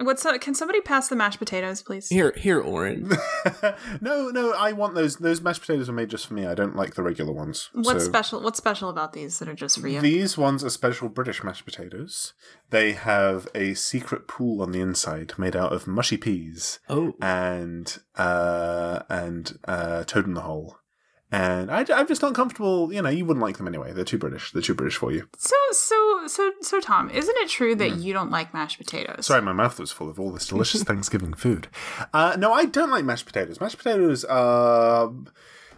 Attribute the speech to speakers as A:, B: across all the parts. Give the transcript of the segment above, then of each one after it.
A: What's uh, can somebody pass the mashed potatoes, please?
B: Here, here, Oren.
C: no, no, I want those. Those mashed potatoes are made just for me. I don't like the regular ones.
A: What's
C: So
A: special? What's special about these that are just for you?
C: These ones are special British mashed potatoes. They have a secret pool on the inside made out of mushy peas
B: Oh,
C: and uh, and uh, toad in the hole. And I, am just not comfortable. You know, you wouldn't like them anyway. They're too British. They're too British for you.
A: so, so, so, so, Tom, isn't it true
B: Hmm.
A: that you don't like mashed potatoes?
C: Sorry, my mouth was full of all this delicious Thanksgiving food. Uh, no, I don't like mashed potatoes. Mashed potatoes are.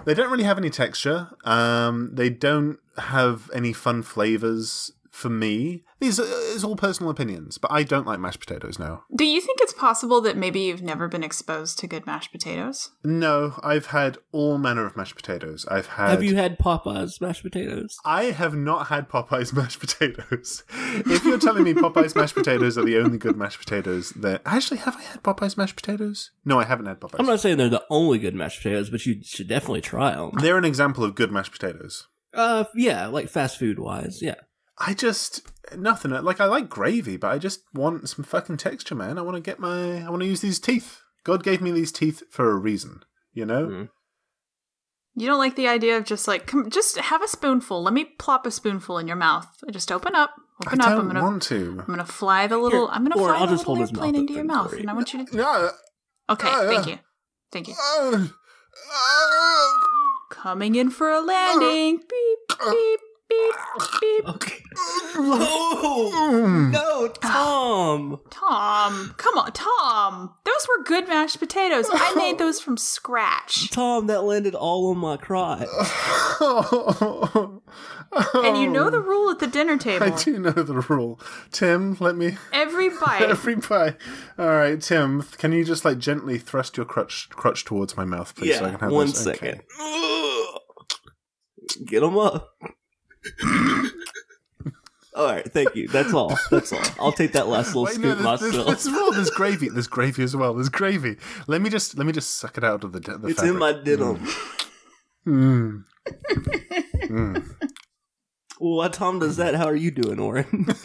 C: They don't really have any texture. Um, they don't have any fun flavors for me. These are, it's all personal opinions, but I don't like mashed potatoes now.
A: Do you think it's possible that maybe you've never been exposed to good mashed potatoes?
C: No, I've had all manner of mashed potatoes. I've had.
B: have you had Popeyes mashed potatoes?
C: I have not had Popeye's mashed potatoes. If you're telling me Popeye's mashed potatoes are the only good mashed potatoes, that actually have I had Popeye's mashed potatoes? No, I haven't had Popeye's.
B: I'm not saying they're the only good mashed potatoes, but you should definitely try them.
C: They're an example of good mashed potatoes.
B: Uh, yeah, like fast food wise, yeah.
C: I just nothing like I like gravy, but I just want some fucking texture, man. I want to get my I want to use these teeth. God gave me these teeth for a reason, you know.
B: Mm.
A: You don't like the idea of just like, come, just have a spoonful. Let me plop a spoonful in your mouth. Just open up,
C: I
A: open up. I'm
C: don't
A: gonna,
C: want to.
A: I'm gonna fly the little.
B: Here,
A: I'm gonna
B: or
A: fly
B: I'll
A: the
B: just
A: little
B: hold his mouth
A: airplane into your
B: open Ah,
A: mouth,
B: for you.
A: and I want you to.
C: No.
A: Okay,
C: Oh,
A: thank
C: yeah.
A: you, thank you.
C: Oh,
A: Coming in for a landing. Beep
B: Ah.
A: beep beep beep.
B: Okay. Oh no, Tom!
A: Tom, come on, Tom. Those were good mashed potatoes. I made those from scratch.
B: Tom, that landed all on my crotch.
A: And you know the rule at the dinner
C: I
A: table.
C: do know the rule. Tim, let me
A: Every bite.
C: every pie. All right, Tim, can you just like gently thrust your crutch crutch towards my mouth, please? so I can have
B: one
C: this? Okay.
B: second. Ugh. Get him up. all right, thank you. That's all. That's all. I'll take that last little
C: Wait, no,
B: scoop
C: there's,
B: myself.
C: there's, there's more. There's gravy. There's gravy as well. There's gravy. Let me just let me just suck it out of the the.
B: it's
C: fabric.
B: in my diddle.
C: Mm. Mm.
B: Well, while Tom does that, how are you doing, Oren?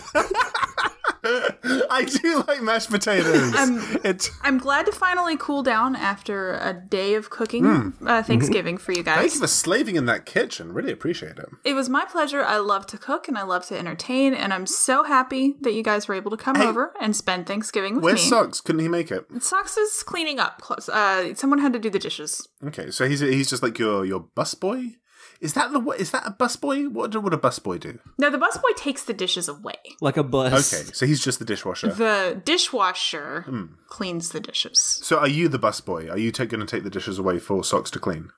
C: I do like mashed potatoes.
A: I'm-
C: It's
A: I'm glad to finally cool down after a day of cooking uh, Thanksgiving for you
C: Hmm. Mm-hmm. thank you
A: guys.
C: for slaving in that kitchen. Really appreciate it.
A: It was my pleasure. I love to cook and I love to entertain, and I'm so happy that you guys were able to come over and spend Thanksgiving with
C: Where's
A: me.
C: socks? Couldn't he make it?
A: Socks is cleaning up. Close. Uh, someone had to do the dishes.
C: Okay, so he's he's just like your your busboy. Is that the wa- is that a busboy? What do- would a busboy do?
A: No, the busboy takes the dishes away.
B: like a bus.
C: Okay, so he's just the dishwasher.
A: The dishwasher
C: Hmm.
A: cleans the dishes.
C: so are you the busboy? Are you t- going to take the dishes away for socks to clean?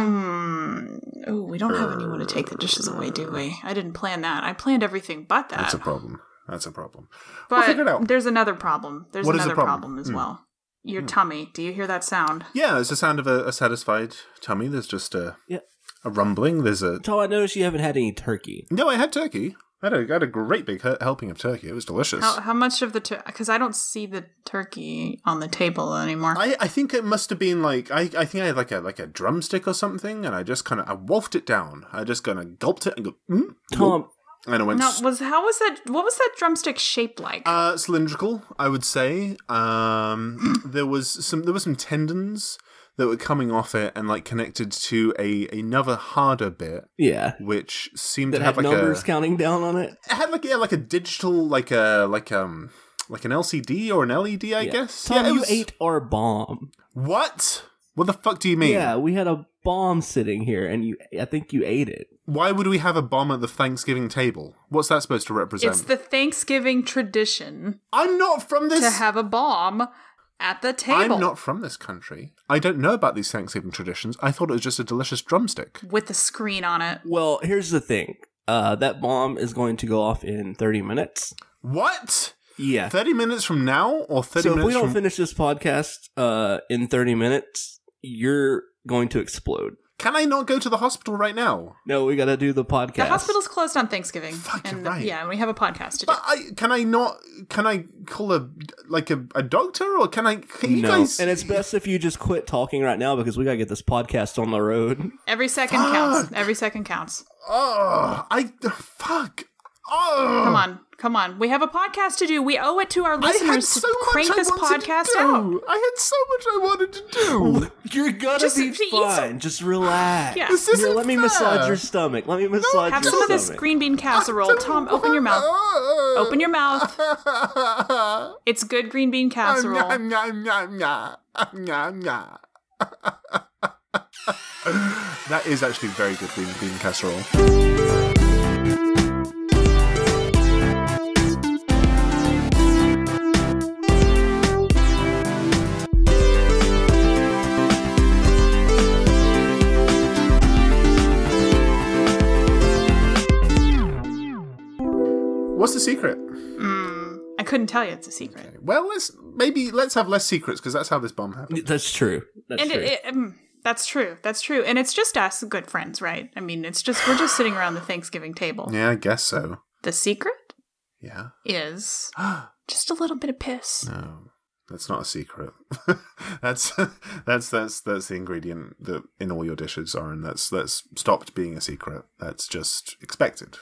A: Um. Oh, we don't have anyone to take the dishes away, do we? I didn't plan that. I planned everything but that.
C: That's a problem. That's a problem. we'll
A: but
C: figure it out.
A: there's another problem. There's
C: What is the
A: another
C: problem? Hmm.
A: as well. Your tummy. Do you hear that sound?
C: Yeah, it's the sound of a, a satisfied tummy. There's just a
B: Yeah.
C: a rumbling. There's a
B: Tom, I noticed you haven't had any turkey.
C: no. I had turkey. I had a, I had a great big he- helping of turkey. It was delicious.
A: How, how much of the because I don't see the turkey on the table anymore.
C: I, I think it must have been like I, I think I had like a like a drumstick or something, and I just kind of I wolfed it down. I just kind of gulped it and go, mm,
B: Tom,
C: and I went
A: now was how was that? What was that drumstick shaped like?
C: Uh, cylindrical, I would say. Um, there was some there were some tendons that were coming off it and like connected to a another harder bit,
B: yeah,
C: which seemed
B: that
C: to
B: had
C: have like
B: numbers
C: a
B: counting down on it.
C: it had like yeah like a digital like a like um like an LCD or an LED, I
B: Yeah.
C: guess.
B: Tom,
C: yeah, it
B: you
C: was-
B: ate our bomb.
C: what? What the fuck do you mean?
B: Yeah, we had a bomb sitting here, and you, I think you ate it.
C: Why would we have a bomb at the Thanksgiving table? What's that supposed to represent?
A: it's the Thanksgiving tradition
C: I'm not from this.
A: to have a bomb at the table
C: I'm not from this country. I don't know about these Thanksgiving traditions. I thought it was just a delicious drumstick.
A: with the screen on it.
B: Well, here's the thing. Uh, that bomb is going to go off in 30 minutes.
C: What?
B: Yeah.
C: 30 minutes from now or 30
B: So if
C: minutes
B: we don't
C: from
B: finish this podcast uh, in 30 minutes, you're going to explode.
C: Can I not go to the hospital right now?
B: No, we got to do the podcast.
A: The hospital's closed on Thanksgiving.
C: Fuck,
A: and
C: you're right.
A: Yeah, and we have a podcast to do.
C: But I can I not can I call a like a, a doctor or can I can you
B: no.
C: guys
B: And it's best if you just quit talking right now because we got to get this podcast on the road.
A: Every second counts. Every second counts.
C: Oh, I fuck. Oh,
A: Come on, come on. We have a podcast to do. We owe it to our
C: I had
A: listeners
C: so
A: to
C: much
A: crank
C: I
A: this
C: wanted to
A: podcast out.
C: do. I had so much I wanted to do.
B: You're gonna
A: Just-
B: be
A: just eat some-
B: fine. Just relax.
A: Yeah.
C: This
B: Here,
C: isn't
B: let me
C: fair.
B: massage your stomach. Let me massage
A: Have
B: your
A: some of this
B: stomach.
A: green bean casserole. Tom, open your mouth. Open your mouth. It's good green bean casserole.
C: that is actually very good green bean casserole. What's the secret?
A: I couldn't tell you it's a secret.
C: Well, let's maybe let's have less secrets because that's how this bomb happened.
B: That's true. That's
A: and
B: true.
A: It, it, um, that's true. That's true. And it's just us, good friends, right? I mean, it's just we're just sitting around the Thanksgiving table.
C: Yeah, I guess so.
A: The secret
C: Yeah.
A: is just a little bit of piss.
C: No, Um, that's not a secret. that's that's that's that's the ingredient that in all your dishes are, and that's that's stopped being a secret. That's just expected.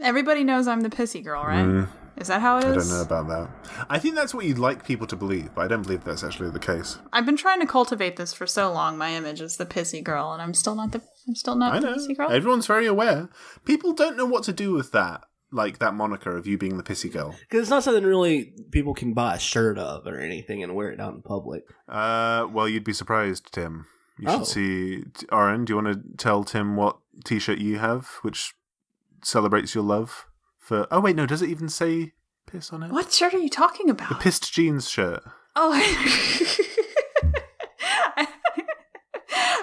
A: Everybody knows I'm the pissy girl, right? Is that how it
C: Mm. I
A: is?
C: don't know about that. I think that's what you'd like people to believe, but I don't believe that's actually the case.
A: I've been trying to cultivate this for so long. My image is the pissy girl, and I'm still not the I'm still not
C: I
A: the
C: know.
A: pissy girl.
C: Everyone's very aware. People don't know what to do with that, like that moniker of you being the pissy girl.
B: Because it's not something really people can buy a shirt of or anything and wear it out in public.
C: Uh, well, you'd be surprised, Tim. You
B: Oh.
C: should see. T- Aaron, do you want to tell Tim what T-shirt you have, which celebrates your love for? Oh wait, no. Does it even say piss on it?
A: What shirt are you talking
C: The
A: about?
C: pissed jeans shirt.
A: oh. I-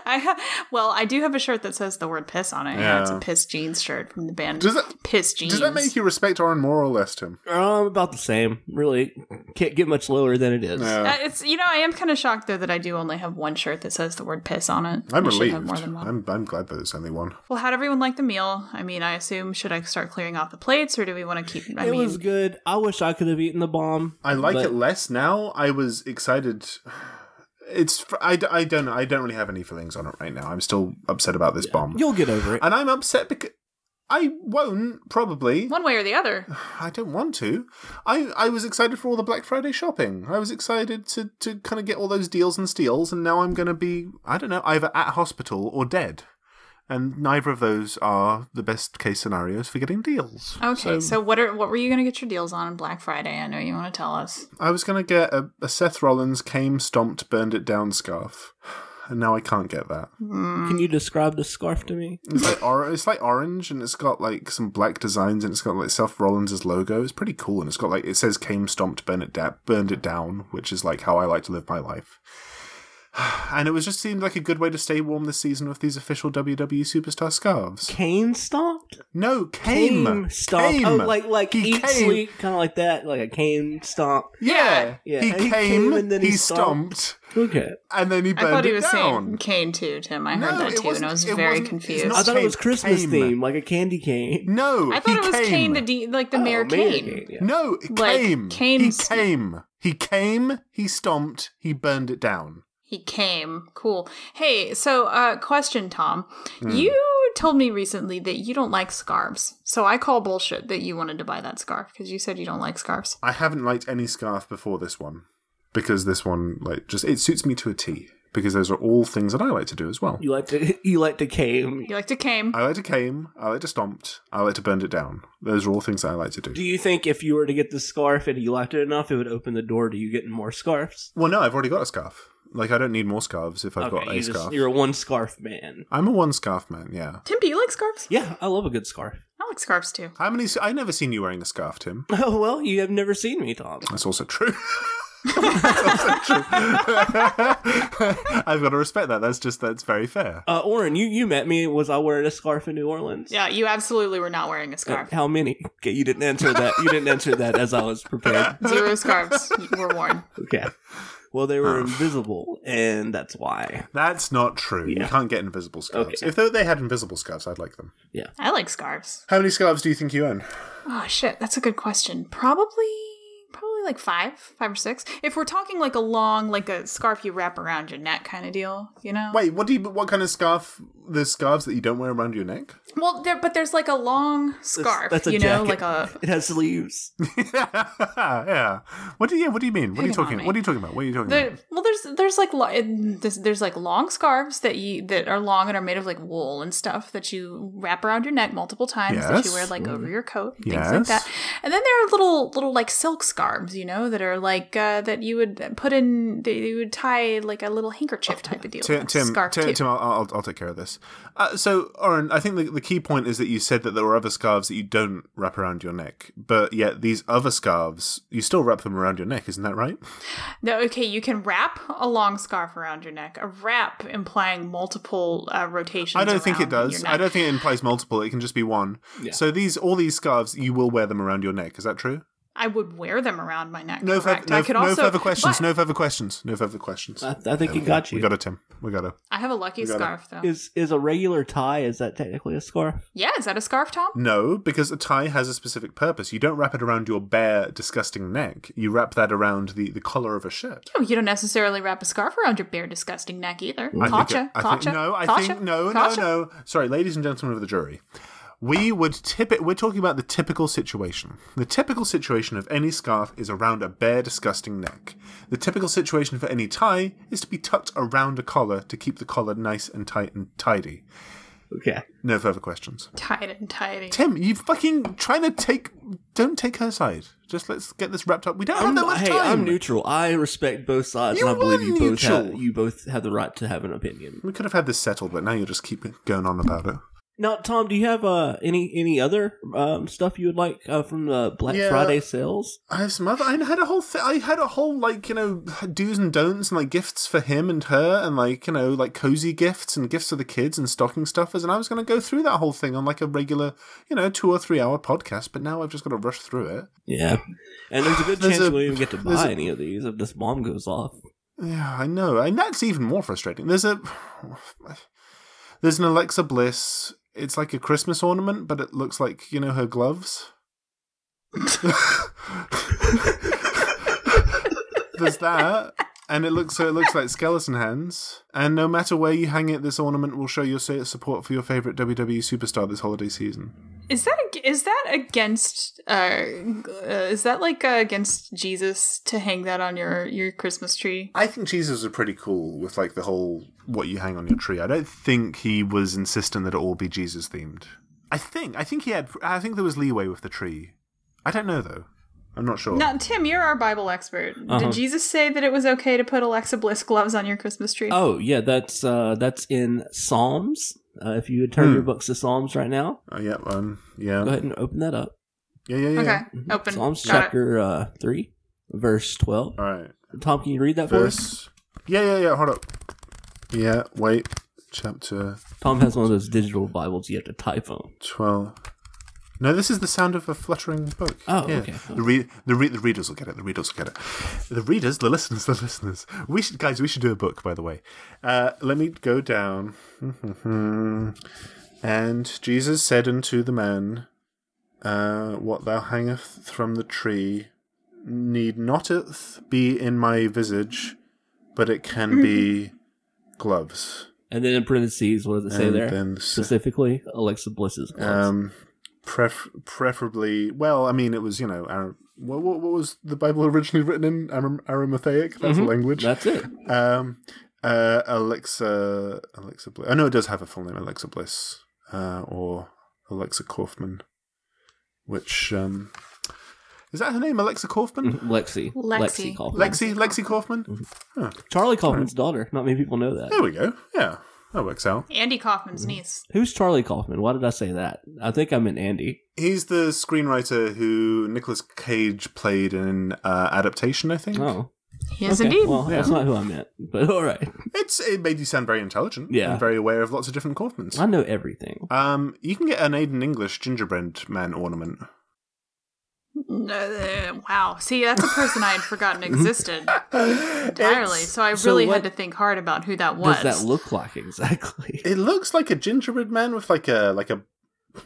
A: I ha- well, I do have a shirt that says the word "piss" on it. Yeah, it's a
C: Yeah.
A: piss jeans shirt from the band
C: Does that
A: Piss Jeans.
C: does that make you respect Aaron more or less, Tim?
B: Um, about the same. Really, can't get much lower than it is.
A: Uh, it's you know I am kind of shocked though that I do only have one shirt that says the word piss on it.
C: I'm
A: I should have
C: relieved.
A: more than one.
C: I'm I'm glad that it's only one.
A: Well, how'd everyone like the meal? I mean, I assume should I start clearing off the plates or do we want to keep? I
B: it
A: mean,
B: was good. I wish I could have eaten the bomb.
C: I like
B: but
C: it less now. I was excited. It's fr- I, d- I don't know. I don't really have any feelings on it right now. I'm still upset about this bomb,
B: You'll get over it.
C: and I'm upset because I won't probably.
A: one way or the other.
C: I don't want to. I, I was excited for all the Black Friday shopping. I was excited to, to kind of get all those deals and steals, and now I'm going to be, I don't know, either at hospital or dead. And neither of those are the best case scenarios for getting deals.
A: Okay, so, what are what were you going to get your deals on on Black Friday? I know you want to tell us.
C: I was going to get a, a Seth Rollins came, stomped, burned it down scarf. And now I can't get that.
B: Can you describe the scarf to me?
C: It's like, or- it's like orange and it's got like some black designs and it's got like Seth Rollins' logo. It's pretty cool and it's got like it says "Came stomped, burned it da- burned it down," which is like how I like to live my life. And it was just seemed like a good way to stay warm this season with these official WWE superstar scarves.
B: Cane stomped.
C: No, came,
B: stomped.
C: Came.
B: Oh, like like
C: he
B: eat
C: came.
B: sleep, kind of like that, like a cane stomp.
C: Yeah,
B: Yeah.
C: He,
B: And
C: came, and then he, stomped,
B: Okay.
C: and then he
A: I
C: burned
A: thought he
C: it
A: was saying
C: down.
A: Kane too, Tim. I
C: No,
A: heard
C: it
A: that too, and
C: wasn't-
A: I was
C: it
A: very
C: wasn't- it's
A: confused.
C: not-
B: I thought it was
C: Came.
B: Christmas
C: Came.
B: themed, like a candy cane.
C: No,
A: I thought
C: he
A: it was
C: came.
A: Kane, the D, like the Mayor
B: Oh, man,
A: Kane.
B: yeah.
C: No, it
A: Like,
C: came. He
A: Kane's-
C: came. He came. He stomped. He burned it down.
A: He came. Cool. Hey, so uh question, Tom.
C: Hmm.
A: You told me recently that you don't like scarves. So I call bullshit that you wanted to buy that scarf because you said you don't like scarves.
C: I haven't liked any scarf before this one because this one, like, just it suits me to a T because those are all things that I like to do as well.
B: You like to you like to cane.
A: You like to came.
C: I like to came. I like to stomped. I like to burned it down. Those are all things that I like to do.
B: Do you think if you were to get the scarf and you liked it enough, it would open the door to you getting more scarves?
C: well, no, I've already got a scarf. Like, I don't need more scarves if I've got a
B: you just-
C: scarf.
B: you're a one scarf man.
C: I'm a one scarf man. Yeah.
A: Tim, do you like scarves?
B: Yeah, I love a good scarf.
A: I like scarves too.
C: How many? I never seen you wearing a scarf, Tim.
B: Oh well, you have never seen me, Tom.
C: That's also true. That's also true. I've got to respect that. That's just that's very fair.
B: Uh, Oren, you you met me. Was I wearing a scarf in New Orleans?
A: Yeah, you absolutely were not wearing a
B: Uh,
A: scarf.
B: How many? Okay, you didn't answer that. You didn't answer that as I was prepared.
A: Zero scarves were worn.
B: Okay. Well, they were invisible, and that's why.
C: That's not true. You
B: Yeah.
C: can't get invisible scarves.
B: Okay.
C: If they- they had invisible scarves, I'd like them.
A: I like scarves.
C: How many scarves do you think you own?
A: Oh shit, that's a good question. Probably probably like five, five or six. If we're talking like a long, like a scarf you wrap around your neck kind of deal, you know.
C: Wait, what do you? What kind of scarf? The scarves that you don't wear around your neck?
A: Well, there, but there's like a long scarf,
B: that's a
A: you know,
B: jacket.
A: like a.
B: It has sleeves.
C: yeah. What do you? What do you mean? What are you
A: Hang on,
C: talking?
A: mate.
C: What are you talking about? What are you talking about?
A: The, well, there's there's like lo- it- there's, there's like long scarves that you that are long and are made of like wool and stuff that you wrap around your neck multiple times that you
C: Yes. Mm.
A: wear like over your coat and
C: Yes.
A: things like that. And then there are little little like silk scarves, you know, that are like uh, that you would put in that you would tie like a little handkerchief type of deal.
C: Tim,
A: That's
C: Tim,
A: scarf
C: Tim,
A: too.
C: Tim I'll, I'll, I'll take care of this. Uh, so, Oren, I think the, the key point is that you said that there were other scarves that you don't wrap around your neck, but yet these other scarves, you still wrap them around your neck, isn't that right?
A: No, okay, you can wrap a long scarf around your neck. A wrap implying multiple uh, rotations.
C: I don't think it
A: around your
C: does.
A: neck.
C: I don't think it implies multiple. It can just be one.
B: Yeah.
C: So these, all these scarves, you will wear them around your neck. Is that true?
A: I would wear them around my neck.
C: No, further,
A: correct.
C: no,
A: I could
C: no
A: also,
C: further questions.
A: but
C: No further questions. No further questions.
B: I, I think he got you.
C: We got it, Tim. We got it.
A: I have a lucky
C: You gotta-
A: scarf though.
B: Is is a regular tie? Is that technically a scarf?
A: yeah, is that a scarf, Tom?
C: No, because a tie has a specific purpose. You don't wrap it around your bare, disgusting neck. You wrap that around the, the collar of a shirt.
A: No, you don't necessarily wrap a scarf around your bare, disgusting neck either.
C: I think-
A: Caught ya.
C: I
A: Caught
C: think-
A: ya.
C: no, I
A: Caught
C: think
A: ya.
C: no,
A: Caught ya.
C: no, no. Sorry, ladies and gentlemen of the jury. We would tip it. We're talking about the typical situation. The typical situation of any scarf is around a bare, disgusting neck. The typical situation for any tie is to be tucked around a collar to keep the collar nice and tight and tidy.
B: Okay.
C: No further questions.
A: Tight and tidy.
C: Tim, you fucking trying to take. Don't take her side. Just let's get this wrapped up. We don't have that much
B: hey,
C: time.
B: I'm neutral. I respect both sides,
C: You
B: and I believe
C: are
B: you both have
C: neutral.
B: you both have the right to have an opinion.
C: We could have had this settled, but now you'll just keep going on about it.
B: Now, Tom, do you have uh, any any other um, stuff you would like uh, from the Black
C: Yeah.
B: Friday sales?
C: I have some other. I had a whole. Th- I had a whole like you know do's and don'ts and like gifts for him and her and like you know like cozy gifts and gifts for the kids and stocking stuffers and I was going to go through that whole thing on like a regular you know two or three hour podcast, but now I've just got to rush through it.
B: Yeah, and there's a good
C: There's
B: chance
C: a-
B: we won't even get to
C: there's
B: buy
C: a-
B: any of these if this bomb goes off.
C: Yeah, I know, and that's even more frustrating. There's a there's an Alexa Bliss. It's like a Christmas ornament, but it looks like you know her gloves. there's that, and it looks so it looks like skeleton hands. And no matter where you hang it, this ornament will show your su- support for your favorite WWE superstar this holiday season.
A: Is that ag- is that against? Uh, g- uh, is that like uh, against Jesus to hang that on your your Christmas tree?
C: I think Jesus was pretty cool with like the whole what you hang on your tree. I don't think he was insistent that it all be Jesus themed. I think I think he had I think there was leeway with the tree. I don't know though. I'm not sure.
A: Now, Tim, you're our Bible expert.
B: Uh-huh.
A: Did Jesus say that it was okay to put Alexa Bliss gloves on your Christmas tree?
B: Oh yeah, that's uh, that's in Psalms. Uh, if you would turn
C: Hmm.
B: your books to Psalms right now,
C: Oh, yeah, um,
B: go
C: yeah,
B: ahead and open that up.
C: yeah, yeah, yeah.
A: okay. Open.
B: Psalms
A: Got it.
B: chapter uh, three, verse twelve.
C: All right.
B: Tom, can you read that for us?
C: Verse. Yeah, yeah, yeah. Hold up. Yeah. Wait. Chapter
B: Tom has one of those digital Bibles you have to type on.
C: twelve. No, this is the sound of a fluttering book.
B: Oh, okay.
C: The, re- the, re- the readers will get it. The readers will get it. The readers, the listeners, the listeners. We should, guys, we should do a book, by the way. Uh, let me go down. and Jesus said unto the man, uh, What thou hangeth from the tree need noteth be in my visage, but it can be gloves.
B: And then in parentheses, what does it say
C: And
B: there?
C: then s-
B: Specifically, Alexa Bliss's gloves.
C: Um, pref- preferably, well, I mean, it was you know, Ar- what, what, what was the Bible originally written in Aram- Aramaic? That's the language.
B: That's it.
C: um, uh, Alexa, Alexa Bliss. I know it does have a full name, Alexa Bliss, uh, or Alexa Kaufman, which um, is that her name, Alexa Kaufman?
B: Lexi.
A: Lexi.
B: Lexi Kaufman.
C: Lexi, Lexi Kaufman.
B: Charlie Kaufman's daughter. Not many people know that.
C: There we go. Yeah, that works out.
A: Andy Kaufman's niece.
B: Who's Charlie Kaufman? Why did I say that? I think I meant Andy.
C: He's the screenwriter who Nicolas Cage played in uh, adaptation, I think.
B: Oh.
A: He is
B: okay.
A: indeed.
B: Well, that's
C: Yeah.
B: not who I meant. But all right.
C: It's it made you sound very intelligent.
B: Yeah.
C: And very aware of lots of different Kaufmans.
B: I know everything.
C: Um, you can get an Aiden English gingerbread man ornament.
A: Uh, wow. See, that's a person I had forgotten existed entirely.
C: It's-
A: So I
B: Mm-hmm. so
A: really had
B: what
A: to think hard about who that was.
B: Does that look like exactly?
C: It looks like a gingerbread man with like a like a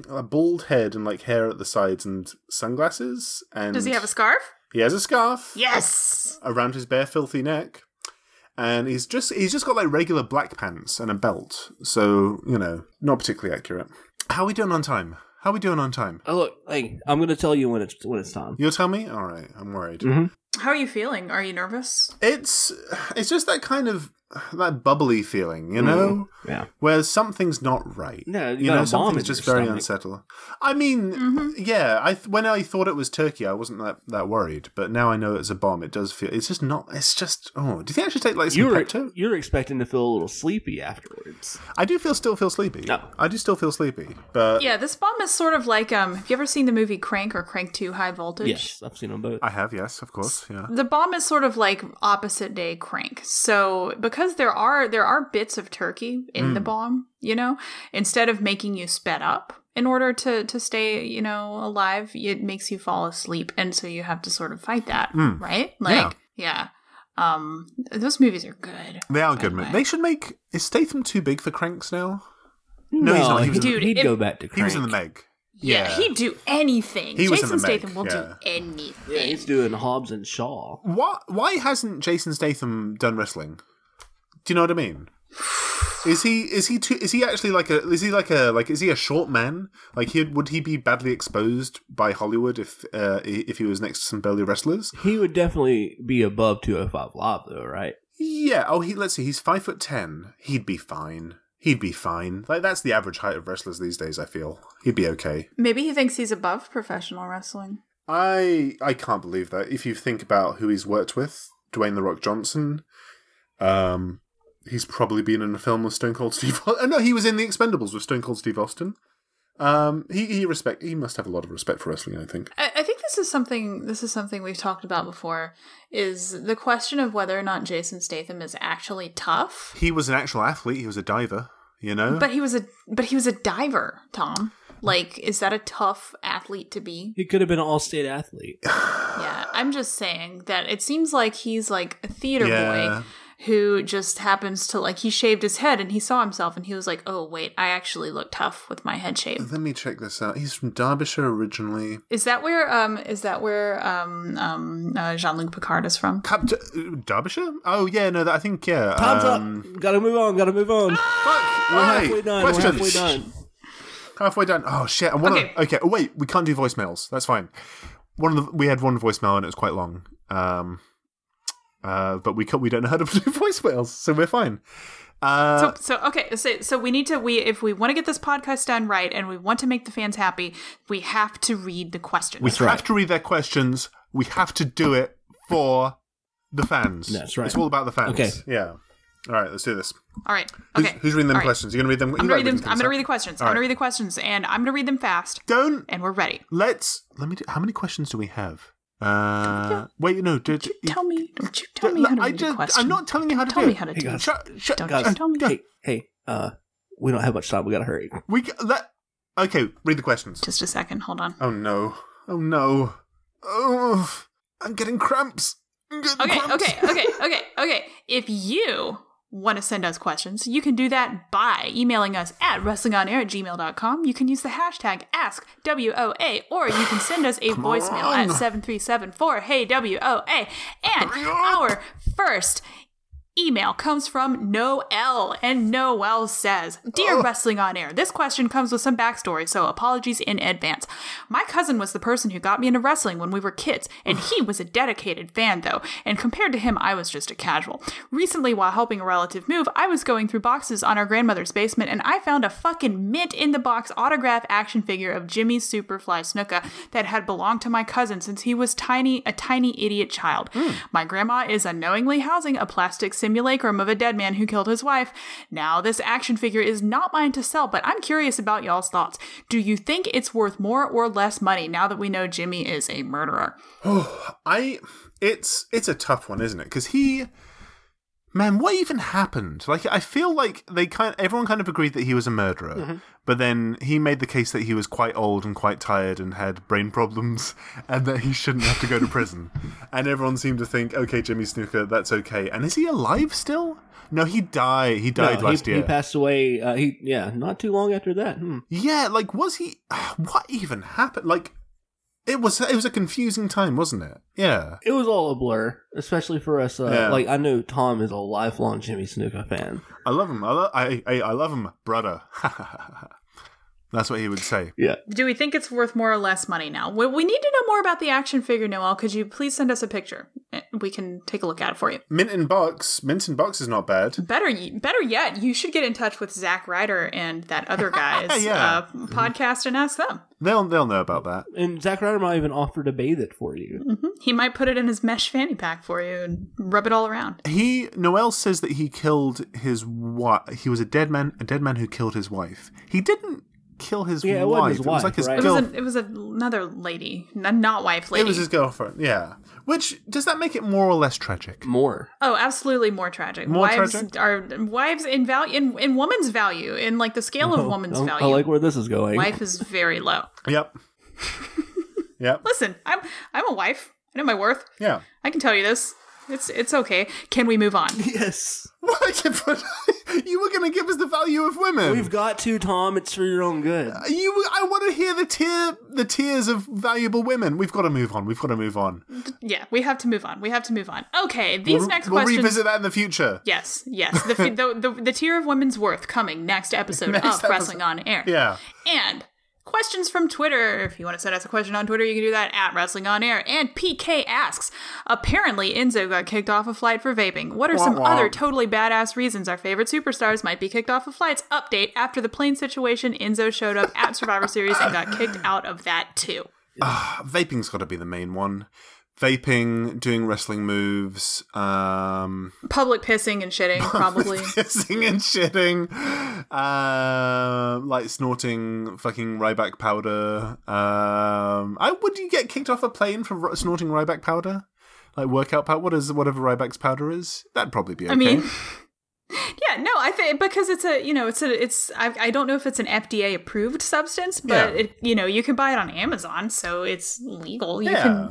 C: a bald head and like hair at the sides and sunglasses. And
A: Does he have a scarf?
C: He has a scarf
A: Yes.
C: around his bare, filthy neck, and he's just he's just got like regular black pants and a belt. So you know, not particularly accurate. How are we doing on time? How are we doing on time?
B: Oh look, hey, I'm gonna tell you when it's when it's time.
C: You'll tell me. All right, I'm worried.
A: How are you feeling? Are you nervous?
C: It's it's just that kind of that bubbly feeling, you know,
B: Yeah.
C: where something's not right.
B: Mm. No, you
C: you
B: got a
C: know,
B: bomb
C: something's
B: in your
C: just very
B: stomach.
C: unsettled. I mean, yeah, I th- when I thought it was Turkey, I wasn't that, that worried, but now I know it's a bomb. It does feel it's just not. It's just oh, do you think I should take like some
B: You were
C: Pepto?
B: you were expecting to feel a little sleepy afterwards.
C: I do feel still feel sleepy.
B: No.
C: I do still feel sleepy, but
A: Yeah, this bomb is sort of like um. Have you ever seen the movie Crank or Crank Two High Voltage?
B: Yes, I've seen them both.
C: I have yes, of course, yeah.
A: the bomb is sort of like opposite day crank so because there are there are bits of turkey in
C: Hmm.
A: the bomb you know instead of making you sped up in order to to stay you know alive it makes you fall asleep and so you have to sort of fight that
C: Hmm.
A: right like yeah. um those movies are good
C: They are good. mo-
A: Anyway.
C: They should make is Statham too big for cranks now?
B: no,
C: he's not. He was
B: he'd,
C: in
A: the-
B: he'd
A: Dude,
B: go
A: if-
B: back to. Crank.
C: He was in the Meg.
A: yeah, he'd do anything
C: He was in
A: jason
C: the Meg,
A: statham will
C: yeah.
A: do anything
B: Yeah, he's doing Hobbs and Shaw.
C: Why why hasn't Jason Statham done wrestling? Do you know what I mean? Is he is he too, is he actually like a is he like a like is he a short man? Like he would he be badly exposed by Hollywood if uh, i- if he was next to some burly wrestlers?
B: He would definitely be above 205 live, though, right?
C: Yeah. Oh, he let's see. He's five foot ten. He'd be fine. He'd be fine. Like that's the average height of wrestlers these days. I feel he'd be okay.
A: maybe he thinks he's above professional wrestling
C: I I can't believe that. If you think about who he's worked with, Dwayne the Rock Johnson, um, he's probably been in a film with Stone Cold Steve. Oh, no, he was in the Expendables with Stone Cold Steve Austin. Um, he he respect he must have a lot of respect for wrestling. I think.
A: I, I think this is something this is something we've talked about before is the question of whether or not Jason Statham is actually tough.
C: He was an actual athlete. He was a diver. You know.
A: But he was a but he was a diver, Tom. Like is that a tough athlete to be?
B: He could have been an all state athlete.
A: Yeah, I'm just saying that it seems like he's like a theater
C: Yeah.
A: boy who just happens to like he shaved his head and he saw himself and he was like, "Oh, wait, I actually look tough with my head shave."
C: Let me check this out. He's from Derbyshire originally.
A: Is that where um is that where um um uh, Jean-Luc Picard is from?
C: Cap- D- Derbyshire? Oh yeah, no, that, I think yeah.
B: Time's
C: um,
B: up. Gotta move on. Gotta move on.
C: Fuck!
B: We're
C: why?
B: halfway done.
C: Questions.
B: We're halfway done.
C: Halfway done. Oh shit! And one okay.
A: Okay.
C: Of, okay. Oh wait, we can't do voicemails. That's fine. One of the, we had one voicemail and it was quite long. Um, uh, but we can, we don't know how to do voicemails, so we're fine. Uh,
A: So, so okay, so, so we need to we if we want to get this podcast done right and we want to make the fans happy, we have to read the questions.
C: we have to read their questions. We have to do it for the fans.
B: That's right.
C: It's all about the fans.
B: Okay.
C: Yeah. All right. Let's do this.
A: All right.
C: Who's,
A: Okay.
C: who's reading them
A: All right.
C: questions? You're gonna read them.
A: I'm gonna read them. I'm gonna read the questions. I'm gonna read the questions, and I'm gonna read them fast.
C: Don't
A: And we're ready.
C: let's. Let me. Do, how many questions do we have? Uh, wait. No. Did,
A: Tell me. Don't you tell me how to
C: I
A: read a question.
C: am not telling you how to
A: tell
C: do
A: me
C: it.
A: how to
B: Hey,
A: do.
B: guys.
A: it.
C: Shut, shut,
A: Don't
B: you
C: shut-
A: tell me.
C: shut-
B: Hey, hey, uh, we don't have much time. We gotta hurry.
C: We g- let. Okay, read the questions.
A: Just a second. Hold on.
C: Oh no! Oh no! Oh, I'm getting cramps. I'm getting
A: Okay.
C: cramps.
A: Okay. Okay. Okay. Okay. If you want to send us questions, you can do that by emailing us at wrestlingonair at gmail.com. You can use the hashtag AskWOA, or you can send us a voicemail at
C: on.
A: 7374 Hey WOA. And
C: Hurry up.
A: our first email comes from Noel, and Noel says, Dear Wrestling on Air, this question comes with some backstory, so apologies in advance. My cousin was the person who got me into wrestling when we were kids, and he was a dedicated fan, though, and compared to him, I was just a casual. Recently, while helping a relative move, I was going through boxes on our grandmother's basement, and I found a fucking mint in the box autograph action figure of Jimmy Superfly Snuka that had belonged to my cousin since he was tiny, a tiny idiot child. My grandma is unknowingly housing a plastic simulacrum of a dead man who killed his wife. Now, this action figure is not mine to sell, but I'm curious about y'all's thoughts. Do you think it's worth more or less money now that we know Jimmy is a murderer?
C: I. It's it's a tough one, isn't it? Because he man, what even happened? Like, I feel like they kind, everyone kind of agreed that he was a murderer,
B: Mm-hmm.
C: but then he made the case that he was quite old and quite tired and had brain problems, and that he shouldn't have to go to prison. And everyone seemed to think, okay, Jimmy Snooker, that's okay. And is he alive still? No, he died. He
B: No,
C: died
B: he,
C: last
B: he
C: year.
B: passed away. Uh, he yeah, not too long after that. Hmm.
C: yeah, like, was he? What even happened? Like, it was it was a confusing time, wasn't it? Yeah.
B: It was all a blur, especially for us. Uh,
C: Yeah.
B: Like I know Tom is a lifelong Jimmy Snuka fan.
C: I love him. I, lo- I, I, I love him, brother. That's what he would say.
A: Do we think it's worth more or less money now? We, we need to know more about the action figure, Noel. Could you please send us a picture? Eh, We can take a look at it for you.
C: Mint and Box. Mint and Box is not bad.
A: Better, y- better yet, you should get in touch with Zach Ryder and that other guy's
C: Yeah.
A: uh, podcast and ask them.
C: They'll they'll know about that.
B: And Zack Ryder might even offer to bathe it for you.
A: He might put it in his mesh fanny pack for you and rub it all around.
C: He Noel says that he killed his wife. He was a dead man, a dead man who killed his wife. He didn't kill his
B: Yeah, it
C: wife.
B: wasn't his
C: was
B: wife,
C: like his
B: right?
A: It was,
C: girl-
A: a, it was another lady, n- not wife lady.
C: it was his girlfriend. Yeah. Which does that make it more or less tragic?
B: More.
A: Oh, absolutely more tragic.
C: More
A: wives
C: tragic?
A: are wives in value in, in woman's value in like the scale of woman's
B: I,
A: value.
B: I like where this is going.
A: Wife is very low.
C: Yep. yep.
A: Listen, I'm I'm a wife. I know my worth.
C: Yeah.
A: I can tell you this. It's it's okay. Can we move on?
B: Yes,
C: What? you were going to give us the value of women.
B: we've got to Tom. It's for your own good.
C: You, I want to hear the tear, the tears of valuable women. We've got to move on. We've got to move on.
A: Yeah, we have to move on. We have to move on. Okay, these
C: we'll,
A: next
C: we'll
A: questions.
C: revisit that in the future.
A: Yes, yes. The, f- the, the the tier of women's worth coming next episode
C: Next
A: of
C: episode.
A: Wrestling on Air.
C: Yeah.
A: And questions from Twitter. If you want to send us a question on Twitter, you can do that at Wrestling On Air. And PK asks Apparently, Enzo got kicked off a flight for vaping. What are some
C: womp.
A: other totally badass reasons our favorite superstars might be kicked off of flights? Update After the plane situation, Enzo showed up at Survivor Series and got kicked out of that too.
C: Vaping's got to be the main one. Vaping, doing wrestling moves, um,
A: Public pissing and shitting, probably.
C: pissing and shitting, uh, like snorting fucking Ryback powder. Um, I would you get kicked off a plane for ro- snorting Ryback powder? Like workout powder? What is whatever Ryback's powder is? That'd probably be okay.
A: I mean, yeah, no, I think because it's a you know it's a it's I, I don't know if it's an FDA approved substance, but
C: Yeah.
A: it, you know you can buy it on Amazon, so it's legal. You
C: Yeah.
A: can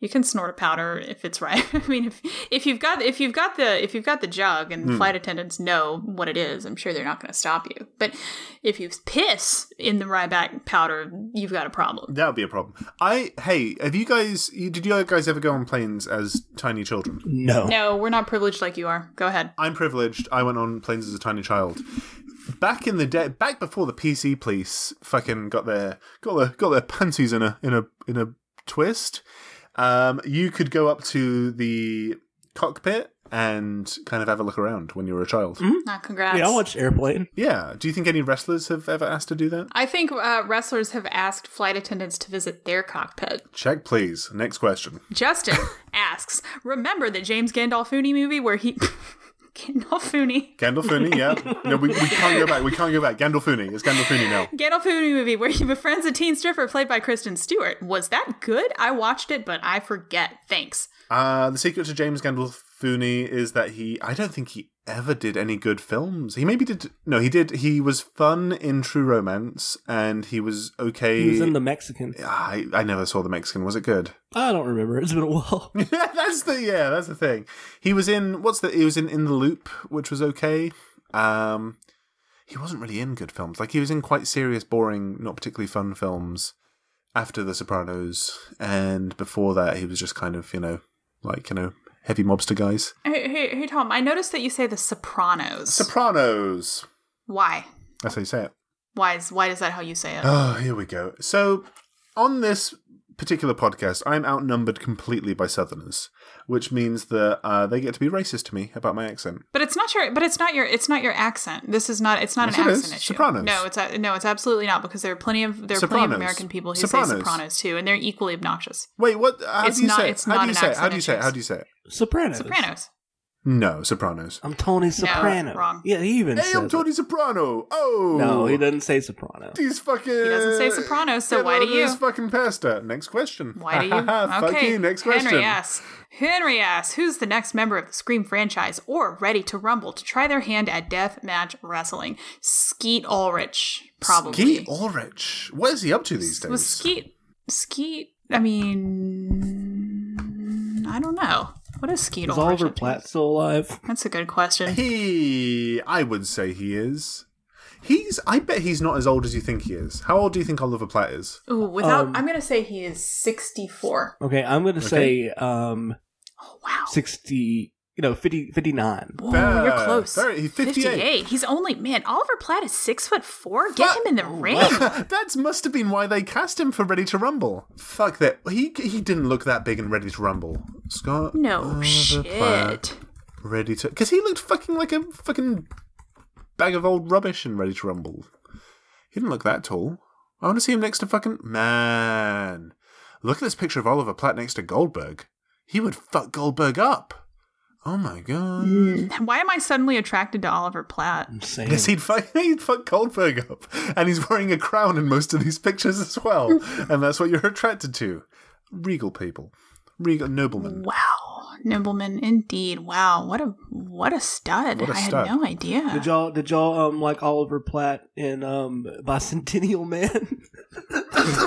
A: you can snort a powder if it's right. I mean, if if you've got if you've got the if you've got the jug
C: Hmm.
A: and flight attendants know what it is, I'm sure they're not going to stop you. But if you piss in the Ryback powder, you've got a problem.
C: That would be a problem. I hey, have you guys? You, did you guys ever go on planes as tiny children?
B: No.
A: No, we're not privileged like you are. Go ahead.
C: I'm privileged. I went on planes as a tiny child. Back in the day, back before the PC police fucking got their got their got their panties in a in a in a twist, um, you could go up to the cockpit and kind of have a look around when you were a child.
A: Not Ah, congrats.
B: Yeah, I watched Airplane.
C: Yeah. Do you think any wrestlers have ever asked to do that?
A: I think uh, wrestlers have asked flight attendants to visit their cockpit.
C: Check, please. Next question.
A: Justin asks, remember the James Gandolfini movie where he Gandolfini
C: Gandalfuni, yeah. No, we, we can't go back. We can't go back. Gandalfuni. It's Gandalfuni now.
A: Gandolfini movie where he befriends a teen stripper played by Kristen Stewart. Was that good? I watched it, but I forget. Thanks.
C: Uh, the secret to James Gandolfini is that he. I don't think he ever did any good films. He maybe did. No, he did. He was fun in True Romance, and he was okay. Ah,
B: He was in the Mexican.
C: I, I never saw the Mexican. Was it good?
B: I don't remember. It's been a while.
C: that's the yeah. That's the thing. He was in what's the? He was in In the Loop, which was okay. Um, he wasn't really in good films. Like he was in quite serious, boring, not particularly fun films. After The Sopranos, and before that, he was just kind of you know, like you know, heavy mobster guys.
A: Hey, hey, hey Tom, I noticed that you say the Sopranos.
C: Sopranos.
A: why?
C: That's how you say it.
A: Why is why is that how you say it?
C: Oh, here we go. So, on this particular podcast, I'm outnumbered completely by Southerners, which means that uh, they get to be racist to me about my accent.
A: But it's not your. But it's not your. It's not your accent. This is not. It's not
C: Yes,
A: an
C: it is.
A: accent issue.
C: Sopranos.
A: No, it's a, no, it's absolutely not because there are plenty of there are plenty
C: Sopranos.
A: of American people who say
C: Sopranos.
A: Sopranos too, and they're equally obnoxious.
C: Wait, what? How
A: It's
C: do you
A: not-
C: say? it?
A: it's
C: how
A: not
C: do you
A: an
C: say? it? How
A: accent,
C: do you
A: it's
C: say? it? How
A: just-
C: do you say? it?
B: Sopranos.
A: Sopranos.
C: No, Sopranos.
B: I'm Tony Soprano.
A: wrong.
B: Yeah, he even
C: Hey,
B: says
C: I'm
B: it.
C: Tony Soprano. Oh,
B: No, he doesn't say Soprano.
C: He's fucking. He
A: doesn't say Sopranos, so why do you?
C: This fucking pasta. Next question.
A: Why do you?
C: Fuck
A: okay.
C: you. Next question.
A: Henry asks. Henry asks, who's the next member of the Scream franchise or ready to rumble to try their hand at deathmatch wrestling? Skeet Ulrich, probably.
C: Skeet Ulrich. What is he up to these days?
A: Was Skeet Skeet? I mean, I don't know. What is Skeet
B: Is
A: Ulrich
B: Oliver
A: up to?
B: Platt still alive?
A: That's a good question.
C: He, I would say he is. He's. I bet he's not as old as you think he is. How old do you think Oliver Platt is?
A: Ooh, without
B: Um,
A: I'm gonna say he is 64.
B: Okay, I'm gonna
C: Okay.
B: say um
A: Oh wow.
B: 60, you know, 50, 59.
A: Whoa,
C: Bad.
A: you're close.
C: Very- he's 58.
A: He's only man. Oliver Platt is six foot four. Get him in the ring.
C: that must have been why they cast him for Ready to Rumble. Fuck that. He he didn't look that big in Ready to Rumble. Scott.
A: No
C: Oliver
A: shit.
C: Platt, ready to, because he looked fucking like a fucking bag of old rubbish in Ready to Rumble. He didn't look that tall. I want to see him next to fucking man. Look at this picture of Oliver Platt next to Goldberg. He would fuck Goldberg up. Oh my god.
A: Why am I suddenly attracted to Oliver Platt?
B: I'm saying
C: Yes, he'd fuck, he'd fuck Goldberg up. And he's wearing a crown in most of these pictures as well. and that's what you're attracted to. Regal people. Regal noblemen.
A: Wow, Nimbleman, indeed. Wow, what a what a stud.
C: What a
A: I
C: stud.
A: had no idea.
B: Did y'all did y'all um like Oliver Platt in um Bicentennial Man?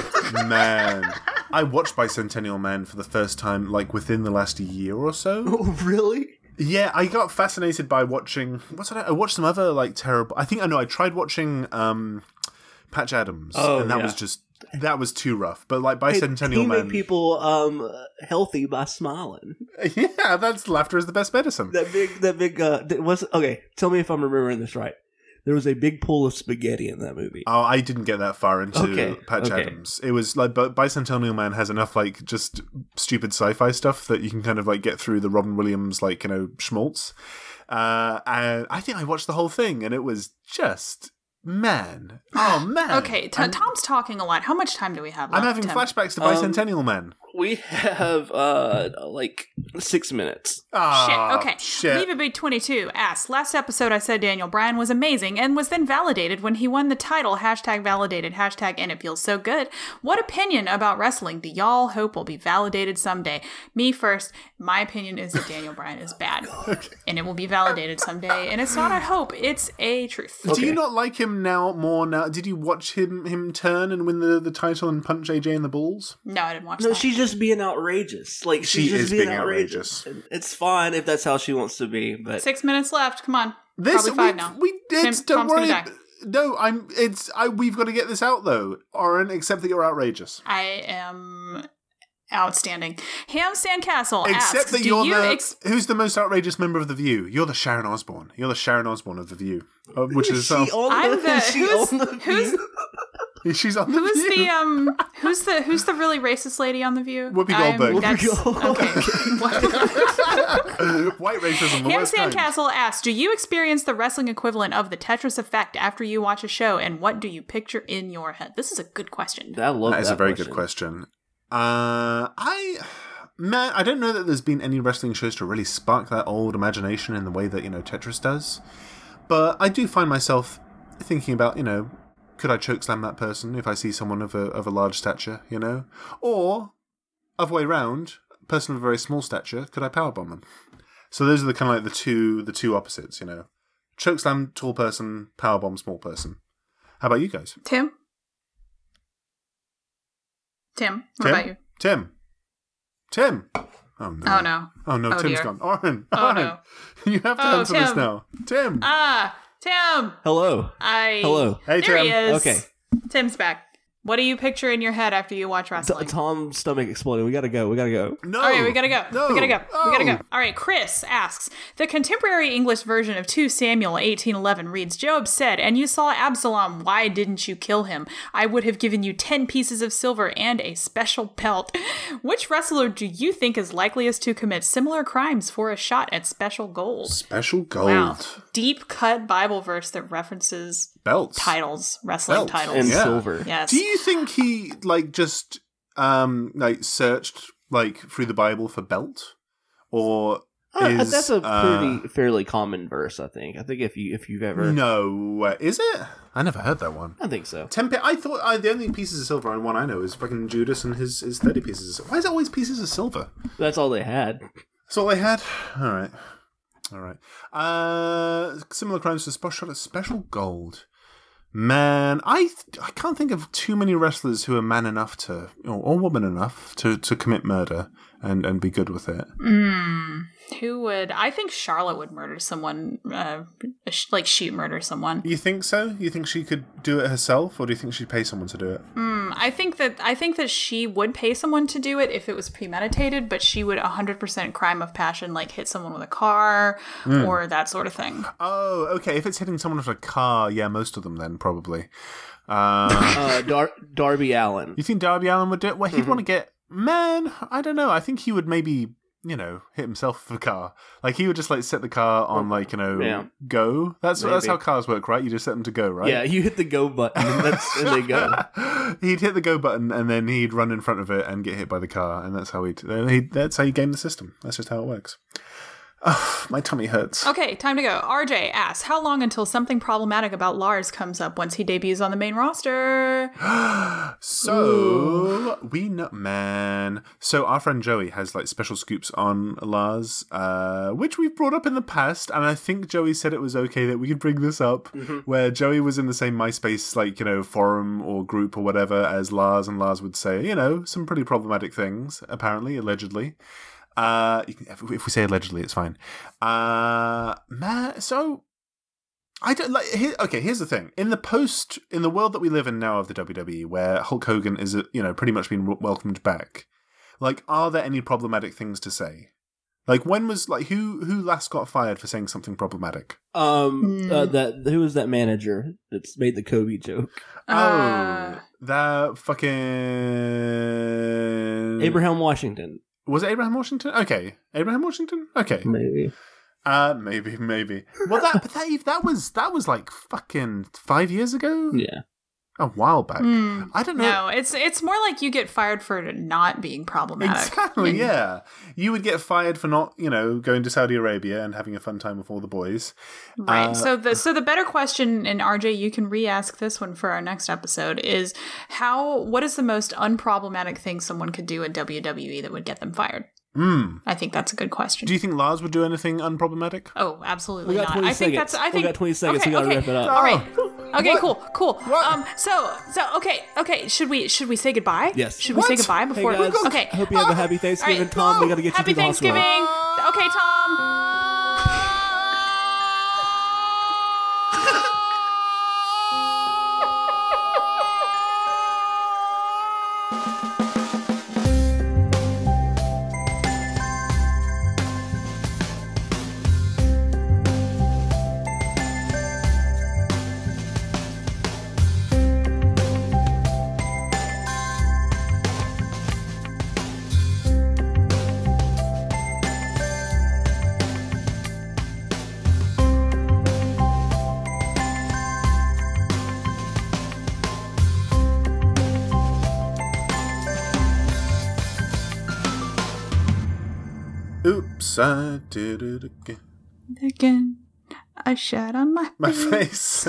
C: Man. I watched Bicentennial Man for the first time, like within the last year or so.
B: oh, really?
C: Yeah, I got fascinated by watching. What's that? I watched some other like terrible. I think I know. I tried watching um, Patch Adams,
B: Oh,
C: and that
B: yeah.
C: was just that was too rough. But like
B: Hey,
C: Bicentennial
B: he
C: Man,
B: made people um healthy by smiling.
C: yeah, that's laughter is the best medicine.
B: That big that big uh th- was okay, tell me if I'm remembering this right. There was a big pool of spaghetti in that movie.
C: Oh, I didn't get that far into
B: Okay,
C: Patch
B: okay.
C: Adams. It was like but Bicentennial Man has enough like just stupid sci-fi stuff that you can kind of like get through the Robin Williams like you know schmaltz. Uh, and I think I watched the whole thing, and it was just man, oh man.
A: okay, T-
C: And
A: Tom's talking a lot. How much time do we have left?
C: I'm having
A: Tim?
C: flashbacks to
B: Um,
C: Bicentennial Man.
B: We have uh like six minutes.
C: Ah,
A: Shit. Okay.
C: shit.
A: Leave it be 22 asks, last episode I said Daniel Bryan was amazing and was then validated when he won the title. Hashtag validated. Hashtag and it feels so good. What opinion about wrestling do y'all hope will be validated someday? Me first. My opinion is that Daniel Bryan is bad and it will be validated someday. And it's not a hope. It's a truth.
C: Do you not like him now more now? Did you watch him him turn and win the, the title and punch AJ in the balls?
A: No, I didn't watch
B: No,
A: that.
B: she's just being outrageous. Like she's
C: She
B: just
C: is
B: being,
C: being
B: outrageous. It's fine if that's how she wants to be, but
A: Six minutes left. Come on.
C: This
A: Probably five
C: we,
A: now.
C: we it's,
A: Tim,
C: don't
A: Tom's gonna
C: worry.
A: die.
C: No, I'm it's I we've got to get this out though, Oren, except that you're outrageous.
A: I am outstanding. Ham Sandcastle
C: Except
A: asks,
C: that
A: do
C: you're
A: you
C: the
A: ex-
C: who's the most outrageous member of the View? You're the Sharon Osbourne. You're the Sharon Osbourne of the View, uh, which is
B: she
C: herself.
B: on
A: I'm
B: the,
A: the-
B: she
A: who's-
B: on the
A: who's-
B: view.
C: she's on the
A: Who's
C: View.
A: the um? Who's the who's the really racist lady on the View?
C: Whoopi
A: I'm-
C: Goldberg.
A: that's-
B: Whoopi Goldberg.
A: Okay. uh,
C: White racism. the
A: Ham
C: worst kind.
A: Sandcastle asks, "Do you experience the wrestling equivalent of the Tetris effect after you watch a show, and what do you picture in your head?" This is a good question.
B: I love
C: That is a very good question. Uh, I man, I don't know that there's been any wrestling shows to really spark that old imagination in the way that you know Tetris does. But I do find myself thinking about you know, could I choke slam that person if I see someone of a of a large stature, you know, or other way round, person of a very small stature, could I power bomb them? So those are the kind of like the two the two opposites, you know, choke slam tall person, power bomb small person. How about you guys?
A: Tim. Tim, what
C: Tim?
A: about you?
C: Tim. Tim. Oh no.
A: Oh no.
C: Oh no,
A: Oh,
C: Tim's
A: dear.
C: gone. Oren.
A: Oh,
C: Oren.
A: no.
C: You have to
A: Oh,
C: answer this
A: Tim.
C: now. Tim.
A: Ah, Tim.
B: Hello.
A: I.
B: Hello.
C: hey
A: there
C: Tim.
A: he is.
B: Okay.
A: Tim's back. What do you picture in your head after you watch
B: T-
A: wrestling?
B: Tom's stomach exploded. We gotta go. We gotta go.
C: No.
A: All right, we gotta go.
C: No.
A: We gotta go. We gotta
C: Oh.
A: go. All right, Chris asks The contemporary English version of 2 Samuel 1811 reads Job said, And you saw Absalom. Why didn't you kill him? I would have given you 10 pieces of silver and a special belt. Which wrestler do you think is likeliest to commit similar crimes for a shot at special gold?
C: Special gold.
A: Wow. Deep cut Bible verse that references
C: Belts.
A: titles, wrestling
C: Belts.
A: titles.
B: And
C: Yeah.
B: silver.
A: Yes.
C: Do you think he like just um like searched like through the Bible for belt? Or
B: Uh,
C: is,
B: that's a
C: uh,
B: pretty fairly common verse, I think. I think if you if you've ever,
C: No, uh, is it? I never heard that one.
B: I think so.
C: Ten. pi- I thought I, the only pieces of silver and one I know is fucking Judas and his his thirty pieces. Of silver. Why is it always pieces of silver?
B: That's all they had.
C: That's all they had. All right, all right. Uh, similar crimes to spot shot at special gold. Man, I th- I can't think of too many wrestlers who are man enough to or, or woman enough to to commit murder and and be good with it.
A: Mm, who would? I think Charlotte would murder someone, uh, sh- like shoot murder someone.
C: You think so? You think she could do it herself, or do you think she'd pay someone to do it?
A: Mm, I think that I think that she would pay someone to do it if it was premeditated, but she would 100% crime of passion, like hit someone with a car or that sort of thing.
C: Oh, okay. If it's hitting someone with a car, yeah, most of them then probably. Uh,
B: Uh, Dar- Darby Allen.
C: you think Darby Allen would do it? Well, he'd
B: Mm-hmm.
C: want to get man. I don't know. I think he would maybe you know hit himself with a car. Like he would just like set the car on like you know
B: Yeah.
C: go. That's that's
B: Maybe.
C: how cars work, right? You just set them to go, right?
B: Yeah, you hit the go button and that's and they go.
C: he'd hit the go button and then he'd run in front of it and get hit by the car, and that's how he'd, then he'd that's how you game the system. That's just how it works. Ugh, my tummy hurts.
A: Okay, time to go. RJ asks, how long until something problematic about Lars comes up once he debuts on the main roster?
C: So we know, man. So our friend Joey has like special scoops on Lars, uh, which we've brought up in the past, and I think Joey said it was okay that we could bring this up,
A: Mm-hmm.
C: where Joey was in the same MySpace like you know forum or group or whatever as Lars, and Lars would say you know some pretty problematic things apparently allegedly. Uh, you can- if if we say allegedly, it's fine. Uh, man, so I don't like. Here, okay, here's the thing: in the post, in the world that we live in now of the WWE, where Hulk Hogan is, uh, you know, pretty much been w- welcomed back, like, are there any problematic things to say? Like, when was like who who last got fired for saying something problematic?
B: Um,
A: Mm.
B: uh, that who was that manager that's made the Kobe joke?
A: Uh,
C: oh, that fucking
B: Abraham Washington,
C: was it Abraham Washington? Okay, Abraham Washington. Okay,
B: maybe.
C: uh, maybe, maybe. Well, that but that that was that was like fucking five years ago,
B: Yeah,
C: a while back.
A: Mm,
C: I don't know.
A: no, it's it's more like you get fired for not being problematic.
C: Exactly,
A: And-
C: yeah. You would get fired for not, you know, going to Saudi Arabia and having a fun time with all the boys.
A: Right.
C: Uh,
A: so the so the better question, and RJ, you can re-ask this one for our next episode, is how what is the most unproblematic thing someone could do at WWE that would get them fired?
C: Mm.
A: I think that's a good question.
C: Do you think Lars would do anything unproblematic?
A: oh, absolutely
B: we got
A: not.
B: twenty
A: I think that's
B: seconds.
A: I
B: we
A: think
B: got twenty seconds. we gotta wrap it up. Oh.
A: All right. Okay,
C: What?
A: cool, cool.
C: What?
A: Um, so, so okay, okay. Should we should we say goodbye?
B: Yes.
A: Should
C: What?
A: we say goodbye
B: Hey,
A: before?
B: guys,
A: okay.
B: I hope you have a
A: Oh,
B: happy
A: all
B: Thanksgiving, Tom. We gotta get you
A: happy
B: to the hospital.
A: Thanksgiving. Okay, Tom.
C: Oops, I did it again.
A: Again, I shat on my
C: My face.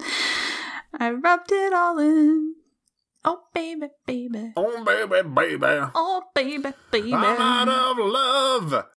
A: I rubbed it all in. Oh baby, baby.
C: oh, baby, baby.
A: Oh baby, baby.
C: I'm out of love.